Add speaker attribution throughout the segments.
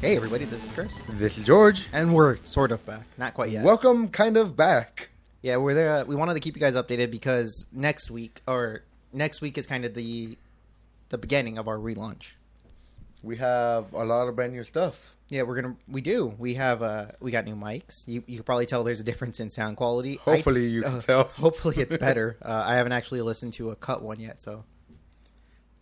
Speaker 1: Hey, everybody, this is Chris.
Speaker 2: This is George.
Speaker 1: And we're sort of back. Not quite yet.
Speaker 2: Welcome, kind of back.
Speaker 1: Yeah, we're there. We wanted to keep you guys updated because next week, or next week is kind of the the beginning of our relaunch.
Speaker 2: We have a lot of brand new stuff.
Speaker 1: Yeah, we're gonna. We do. We have. Uh, we got new mics. You you can probably tell there's a difference in sound quality. I-
Speaker 2: Hopefully you can tell.
Speaker 1: Hopefully it's better. uh, I haven't actually listened to a cut one yet, so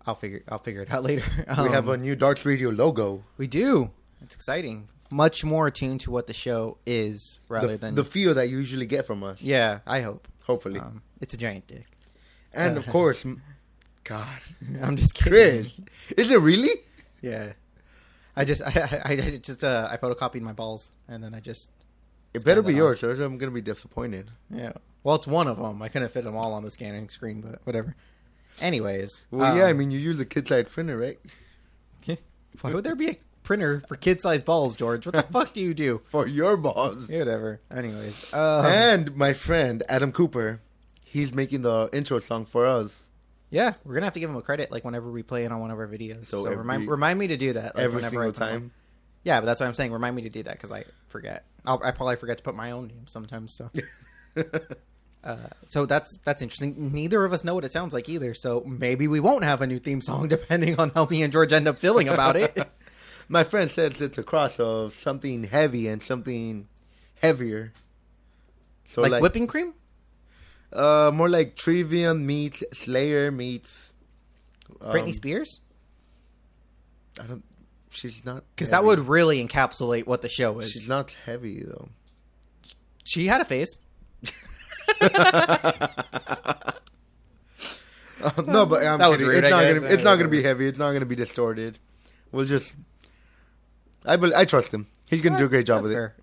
Speaker 1: I'll figure I'll figure it out later.
Speaker 2: We
Speaker 1: Um,
Speaker 2: have a new Darts Radio logo.
Speaker 1: we do. It's exciting. Much more attuned to what the show is rather
Speaker 2: The,
Speaker 1: than
Speaker 2: the feel that you usually get from us.
Speaker 1: yeah. I hope.
Speaker 2: Hopefully.
Speaker 1: Um, it's a giant dick.
Speaker 2: and of course, m- God,
Speaker 1: I'm just kidding.
Speaker 2: Chris, is it really?
Speaker 1: Yeah. I just I, I, I just uh, I photocopied my balls and then I just
Speaker 2: It better
Speaker 1: Scanned
Speaker 2: be
Speaker 1: it
Speaker 2: yours, or I'm gonna be disappointed.
Speaker 1: yeah. Well, it's one of them. I couldn't fit them all on the scanning screen, but whatever. Anyways,
Speaker 2: Well, yeah, I
Speaker 1: um,
Speaker 2: mean, you use the kid side printer, right?
Speaker 1: why would there be a printer for kid-sized balls, George? What the fuck do you do?
Speaker 2: For your balls.
Speaker 1: Yeah, Whatever. Anyways, uh,
Speaker 2: And my friend Adam Cooper, he's making the intro song for us
Speaker 1: yeah, we're gonna have to give him a credit, like whenever we play it on one of our videos. So,
Speaker 2: So
Speaker 1: remind
Speaker 2: every-
Speaker 1: remind me to do that like,
Speaker 2: every
Speaker 1: whenever
Speaker 2: single
Speaker 1: I put 'em
Speaker 2: time.
Speaker 1: up. Yeah, but that's what I'm saying. Remind me to do that because I forget. I'll, I probably forget to put my own name sometimes. So. Uh, so that's that's interesting. Neither of us know what it sounds like either. So maybe we won't have a new theme song depending on how me and George end up feeling about it.
Speaker 2: My friend says it's a cross of something heavy and something heavier. So
Speaker 1: like,
Speaker 2: like,
Speaker 1: whipping cream.
Speaker 2: uh, more like Trivium meets Slayer meets um,
Speaker 1: Britney Spears?
Speaker 2: I don't. She's not
Speaker 1: Because that
Speaker 2: heavy.
Speaker 1: would really encapsulate what the show is.
Speaker 2: She's not heavy though.
Speaker 1: she had a face.
Speaker 2: Um, no, but I'm
Speaker 1: That was
Speaker 2: kidding.
Speaker 1: rude,
Speaker 2: it's
Speaker 1: I
Speaker 2: not
Speaker 1: guess. Uh,
Speaker 2: gonna. It's not gonna
Speaker 1: Whatever.
Speaker 2: be heavy. It's not gonna be distorted. We'll just. I bel I trust him. He's gonna do a great job
Speaker 1: That's
Speaker 2: with
Speaker 1: fair.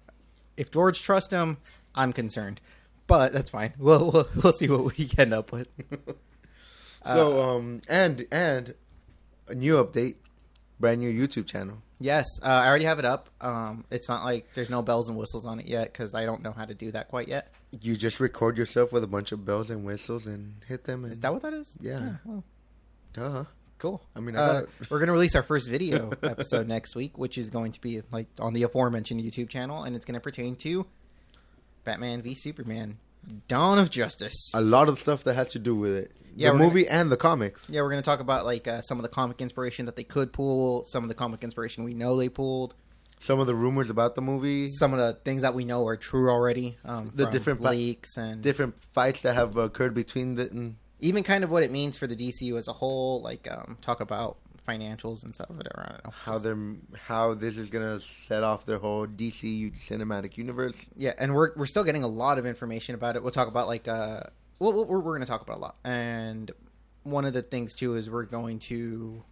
Speaker 1: If George trusts him, I'm concerned. But that's fine. We'll, we'll, we'll see what we end up with.
Speaker 2: it. So um and and a new update, brand new YouTube channel.
Speaker 1: Yes, uh, I already have it up. Um, it's not like there's no bells and whistles on it yet because I don't know how to do that quite yet.
Speaker 2: You just record yourself with a bunch of bells and whistles and hit them. And,
Speaker 1: Is that what that is?
Speaker 2: Yeah.
Speaker 1: well,
Speaker 2: Duh.
Speaker 1: cool.
Speaker 2: I mean, I
Speaker 1: Uh,
Speaker 2: got
Speaker 1: we're gonna release our first video episode next week, which is going to be like on the aforementioned YouTube channel, and it's gonna pertain to Batman v Superman: Dawn of Justice.
Speaker 2: a lot of stuff that has to do with it.
Speaker 1: Yeah,
Speaker 2: the
Speaker 1: we're gonna-
Speaker 2: movie and the comics.
Speaker 1: Yeah, we're going to talk about like uh, some of the comic inspiration that they could pull, some of the comic inspiration we know they pulled,
Speaker 2: Some of the rumors about the movie.
Speaker 1: some of the things that we know are true already. Um,
Speaker 2: The
Speaker 1: from
Speaker 2: different pla-
Speaker 1: leaks and
Speaker 2: Different fights that have occurred between the. mm.
Speaker 1: even kind of what it means for the DCU as a whole. Like um, talk about financials and stuff. Whatever. I don't know.
Speaker 2: How they're how this is gonna set off their whole DC cinematic universe.
Speaker 1: yeah, and we're we're still getting a lot of information about it. We'll talk about like uh, well, we're, we're going to talk about a lot. And one of the things too is we're going to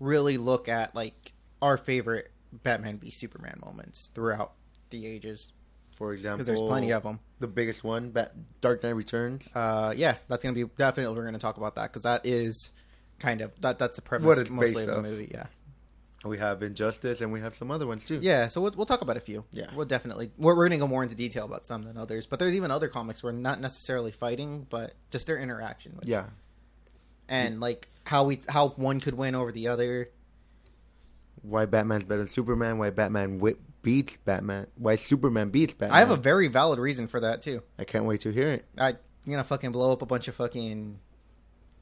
Speaker 1: really look at like our favorite Batman v Superman moments throughout the ages.
Speaker 2: For example,
Speaker 1: because there's plenty of them.
Speaker 2: The biggest one, Bat- Dark Knight Returns.
Speaker 1: Uh, yeah, that's gonna be definitely we're gonna talk about that because that is kind of that that's the premise
Speaker 2: What it's
Speaker 1: mostly
Speaker 2: based
Speaker 1: of the
Speaker 2: off.
Speaker 1: movie. Yeah,
Speaker 2: We have Injustice, and we have some other ones too.
Speaker 1: yeah. So we'll, we'll talk about a few.
Speaker 2: Yeah.
Speaker 1: we'll definitely we're, we're gonna go more into detail about some than others. But there's even other comics where not necessarily fighting, but just their interaction. With
Speaker 2: yeah.
Speaker 1: and like how we how one could win over the other.
Speaker 2: Why Batman's better than Superman? Why Batman wi- beats Batman? Why Superman beats Batman?
Speaker 1: I have a very valid reason for that too.
Speaker 2: I can't wait to hear it.
Speaker 1: I. I'm gonna fucking blow up a bunch of fucking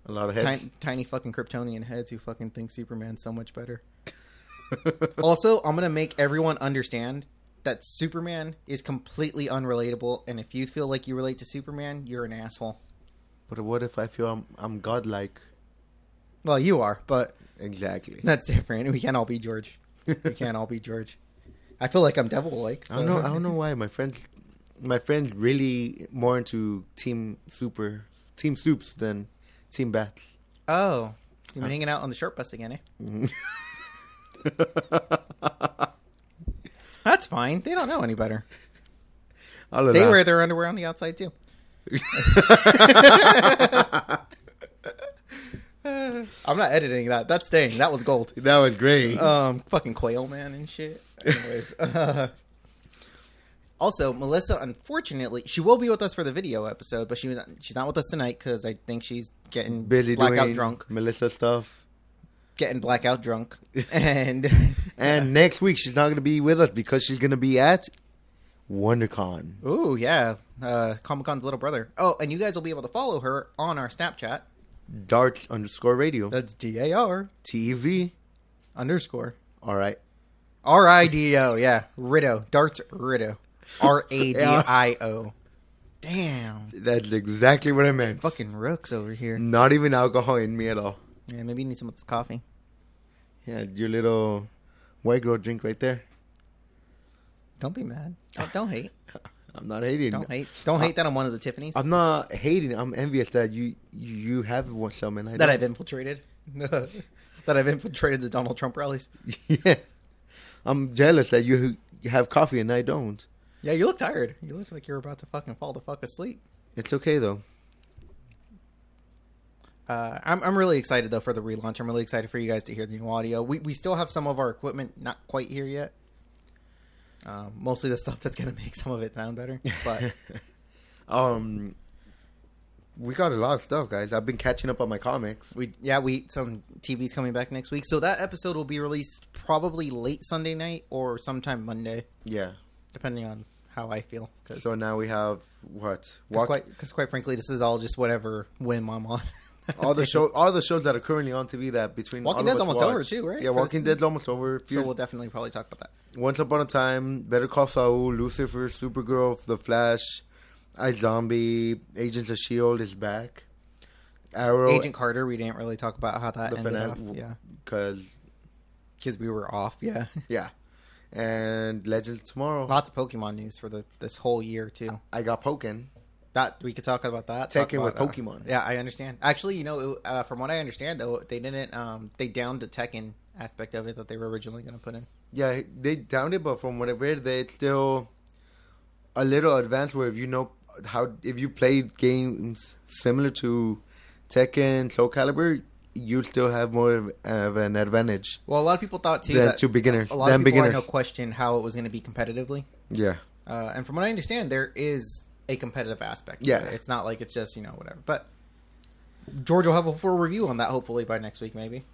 Speaker 2: A lot of heads.
Speaker 1: tiny, tiny fucking Kryptonian heads who fucking think Superman's so much better. also, I'm gonna make everyone understand that Superman is completely unrelatable, and if you feel like you relate to Superman, you're an asshole.
Speaker 2: but what if I feel I'm, I'm godlike?
Speaker 1: Well, you are, but
Speaker 2: Exactly.
Speaker 1: that's different. We can't all be George. We can't all be George. I feel like I'm devil-like.
Speaker 2: I don't know. I don't know why my friends, my friends, really more into Team Super, Team Soups than Team Bats.
Speaker 1: Oh, you've been hanging out on the short bus again, eh? That's fine. They don't know any better.
Speaker 2: All of
Speaker 1: They
Speaker 2: that.
Speaker 1: wear their underwear on the outside too. I'm not editing that. That's staying. That was gold.
Speaker 2: that was great.
Speaker 1: Um, fucking quail man and shit. Anyways, uh, also Melissa, unfortunately, she will be with us for the video episode, but she was she's not with us tonight because I think she's getting
Speaker 2: Busy
Speaker 1: blackout
Speaker 2: doing
Speaker 1: drunk.
Speaker 2: Melissa stuff.
Speaker 1: getting blackout drunk, and
Speaker 2: And next week she's not going to be with us because she's going to be at WonderCon.
Speaker 1: ooh yeah, uh, Comic Con's little brother. Oh, and you guys will be able to follow her on our Snapchat.
Speaker 2: Dart underscore radio.
Speaker 1: That's D A R
Speaker 2: T E Z.
Speaker 1: underscore
Speaker 2: All right.
Speaker 1: R I D O. Yeah, Rido Darts Rido R A D I O. Damn,
Speaker 2: That's exactly what I meant.
Speaker 1: fucking rooks over here.
Speaker 2: Not even alcohol in me at all.
Speaker 1: Yeah, maybe you need some of this coffee.
Speaker 2: Yeah, your little white girl drink right there.
Speaker 1: Don't be mad. Don't, don't hate.
Speaker 2: I'm not hating.
Speaker 1: Don't hate. Don't hate that I'm one of the Tiffany's
Speaker 2: I'm not hating. I'm envious that you you have one some and I
Speaker 1: that
Speaker 2: don't.
Speaker 1: I've infiltrated. that I've infiltrated the Donald Trump rallies.
Speaker 2: yeah. I'm jealous that you you have coffee and I don't.
Speaker 1: Yeah, you look tired. You look like you're about to fucking fall the fuck asleep.
Speaker 2: It's okay though.
Speaker 1: Uh, I'm I'm really excited though for the relaunch. I'm really excited for you guys to hear the new audio. We we still have some of our equipment not quite here yet. Um, mostly the stuff that's gonna make some of it sound better. But
Speaker 2: Um, we got a lot of stuff, guys. I've been catching up on my comics.
Speaker 1: we yeah we some TV's coming back next week, so that episode will be released probably late Sunday night or sometime Monday,
Speaker 2: Yeah.
Speaker 1: depending on how I feel. Because
Speaker 2: So now we have what? Walk-
Speaker 1: quite, 'cause quite frankly, this is all just whatever whim I'm on.
Speaker 2: all the show, all the shows that are currently on TV that between
Speaker 1: Walking
Speaker 2: all of
Speaker 1: Dead's
Speaker 2: us
Speaker 1: almost
Speaker 2: watch.
Speaker 1: over, too, right?
Speaker 2: Yeah,
Speaker 1: For the
Speaker 2: Walking
Speaker 1: season?
Speaker 2: Dead's almost over.
Speaker 1: so we'll definitely probably talk about that.
Speaker 2: Once Upon a Time, Better Call Saul, Lucifer, Supergirl, The Flash, I Zombie, Agents of Shield E is back. Arrow,
Speaker 1: Agent Carter, we didn't really talk about how that
Speaker 2: the
Speaker 1: ended
Speaker 2: finale,
Speaker 1: off. Yeah,
Speaker 2: because
Speaker 1: because we were off. Yeah,
Speaker 2: yeah, and Legends tomorrow.
Speaker 1: lots of Pokemon news for the this whole year too.
Speaker 2: I got Pokken.
Speaker 1: That we could talk about that. talk
Speaker 2: Tekken with
Speaker 1: about, uh,
Speaker 2: Pokemon.
Speaker 1: yeah, I understand. Actually, you know, it- uh, from what I understand though, they didn't. Um, they downed the Tekken aspect of it that they were originally going to put in.
Speaker 2: Yeah, they downed it, but from what I read, they it's still a little advanced. Where if you know how, if you played games similar to Tekken, Soul Calibur, you still have more of, of an advantage
Speaker 1: Well, a lot of people thought too
Speaker 2: than
Speaker 1: that
Speaker 2: to beginners.
Speaker 1: a lot
Speaker 2: Than
Speaker 1: of people
Speaker 2: beginners,
Speaker 1: I know questioned how it was going to be competitively.
Speaker 2: yeah.
Speaker 1: Uh, and from what I understand, there is a competitive aspect. to
Speaker 2: Yeah.
Speaker 1: it. It's not like it's just, you know, whatever. But George will have a full review on that hopefully by next week, maybe.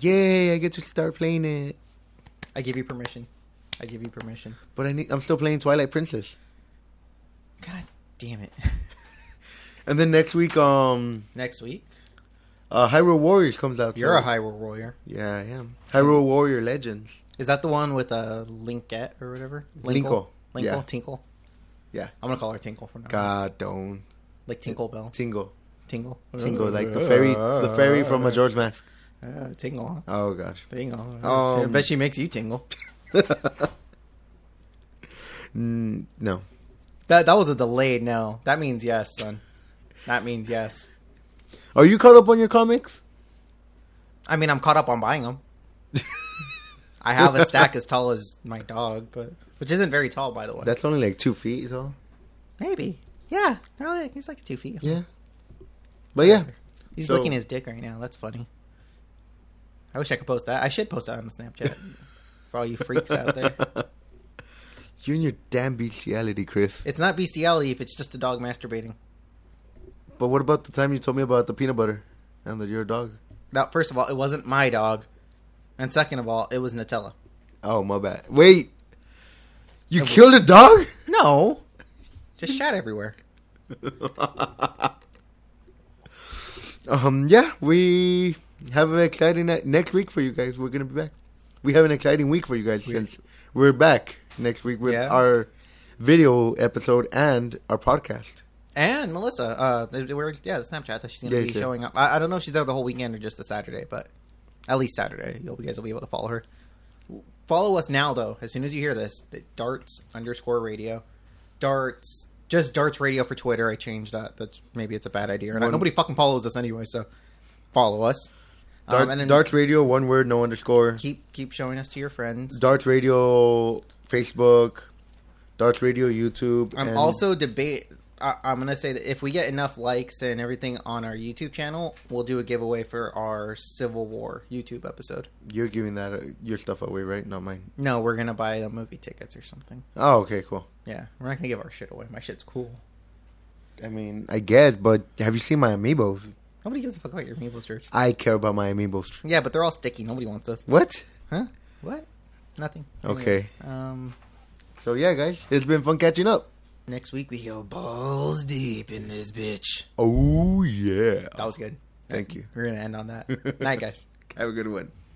Speaker 2: Yay! I get to start playing it,
Speaker 1: I give you permission. I give you permission.
Speaker 2: but I need, I'm still playing Twilight Princess.
Speaker 1: God damn it.
Speaker 2: And then next week, um,
Speaker 1: next week,
Speaker 2: uh, Hyrule Warriors comes out.
Speaker 1: you're
Speaker 2: so-
Speaker 1: a Hyrule Warrior.
Speaker 2: Yeah, I am. Hyrule Warrior Legends.
Speaker 1: Is that the one with a uh, Linkette or whatever?
Speaker 2: Linkle.
Speaker 1: Linkle?
Speaker 2: Yeah.
Speaker 1: Tinkle?
Speaker 2: Yeah.
Speaker 1: I'm going to call her Tinkle for now.
Speaker 2: God, don't
Speaker 1: Like Tinkle Bell.
Speaker 2: tingle,
Speaker 1: Tingle.
Speaker 2: tingle like the fairy, the fairy from Majora's Mask.
Speaker 1: Uh, tingle, huh?
Speaker 2: Oh God.
Speaker 1: Tingle. I
Speaker 2: Um,
Speaker 1: bet she makes you tingle.
Speaker 2: Mm, no.
Speaker 1: That that was a delayed no. That means yes, son. That means yes.
Speaker 2: Are you caught up on your comics?
Speaker 1: I mean, I'm caught up on buying them. I have a stack as tall as my dog, but which isn't very tall, by the way.
Speaker 2: That's only like two feet, so
Speaker 1: Maybe, yeah. Really, he's like two feet.
Speaker 2: yeah. But yeah,
Speaker 1: He's
Speaker 2: So-
Speaker 1: licking his dick right now. That's funny. I wish I could post that. I should post that on the Snapchat for all you freaks out there.
Speaker 2: you and your damn bestiality, Chris.
Speaker 1: It's not bestiality E if it's just the dog masturbating.
Speaker 2: But what about the time you told me about the peanut butter and that you're a dog?
Speaker 1: Now, first of all, it wasn't my dog, and second of all, it was Nutella.
Speaker 2: Oh my bad. Wait, you killed a dog?
Speaker 1: No, just shot everywhere.
Speaker 2: Um, yeah, we have an exciting night next week for you guys. We're gonna be back. We have an exciting week for you guys since we're back next week with
Speaker 1: Yeah.
Speaker 2: our video episode and our podcast.
Speaker 1: And Melissa, uh, they- they were- yeah, the Snapchat that she's going to
Speaker 2: Yeah,
Speaker 1: be
Speaker 2: sure.
Speaker 1: showing up. I, I don't know if she's there the whole weekend or just the Saturday, but at least Saturday, you'll, you guys will be able to follow her. Follow us now, though. As soon as you hear this, that darts underscore radio, darts, just darts radio for Twitter. I changed that. That's maybe it's a bad idea. Or not.
Speaker 2: One-
Speaker 1: Nobody fucking follows us anyway, so follow us.
Speaker 2: Dart,
Speaker 1: um, and then
Speaker 2: Darts Radio, one word, no underscore.
Speaker 1: keep keep showing us to your friends.
Speaker 2: Darts Radio, Facebook, Darts Radio, YouTube.
Speaker 1: I'm
Speaker 2: and-
Speaker 1: also debate. I, I'm gonna say that if we get enough likes and everything on our YouTube channel, we'll do a giveaway for our Civil War YouTube episode.
Speaker 2: You're giving that uh, your stuff away, right? Not mine.
Speaker 1: No, we're gonna buy the movie tickets or something.
Speaker 2: Oh, okay, cool.
Speaker 1: Yeah, we're not gonna give our shit away. My shit's cool.
Speaker 2: I mean, I guess, but have you seen my amiibos?
Speaker 1: Nobody gives a fuck about your amiibo Sturge.
Speaker 2: I care about my amiibos.
Speaker 1: Yeah, but they're all sticky. Nobody wants those.
Speaker 2: What?
Speaker 1: Huh? What? Nothing.
Speaker 2: Okay.
Speaker 1: Anyways, Um,
Speaker 2: So yeah, guys, it's been fun catching up.
Speaker 1: next week we go balls deep in this bitch.
Speaker 2: Oh yeah.
Speaker 1: That was good.
Speaker 2: Thank you.
Speaker 1: We're gonna end on that. Night, guys.
Speaker 2: Have a good one.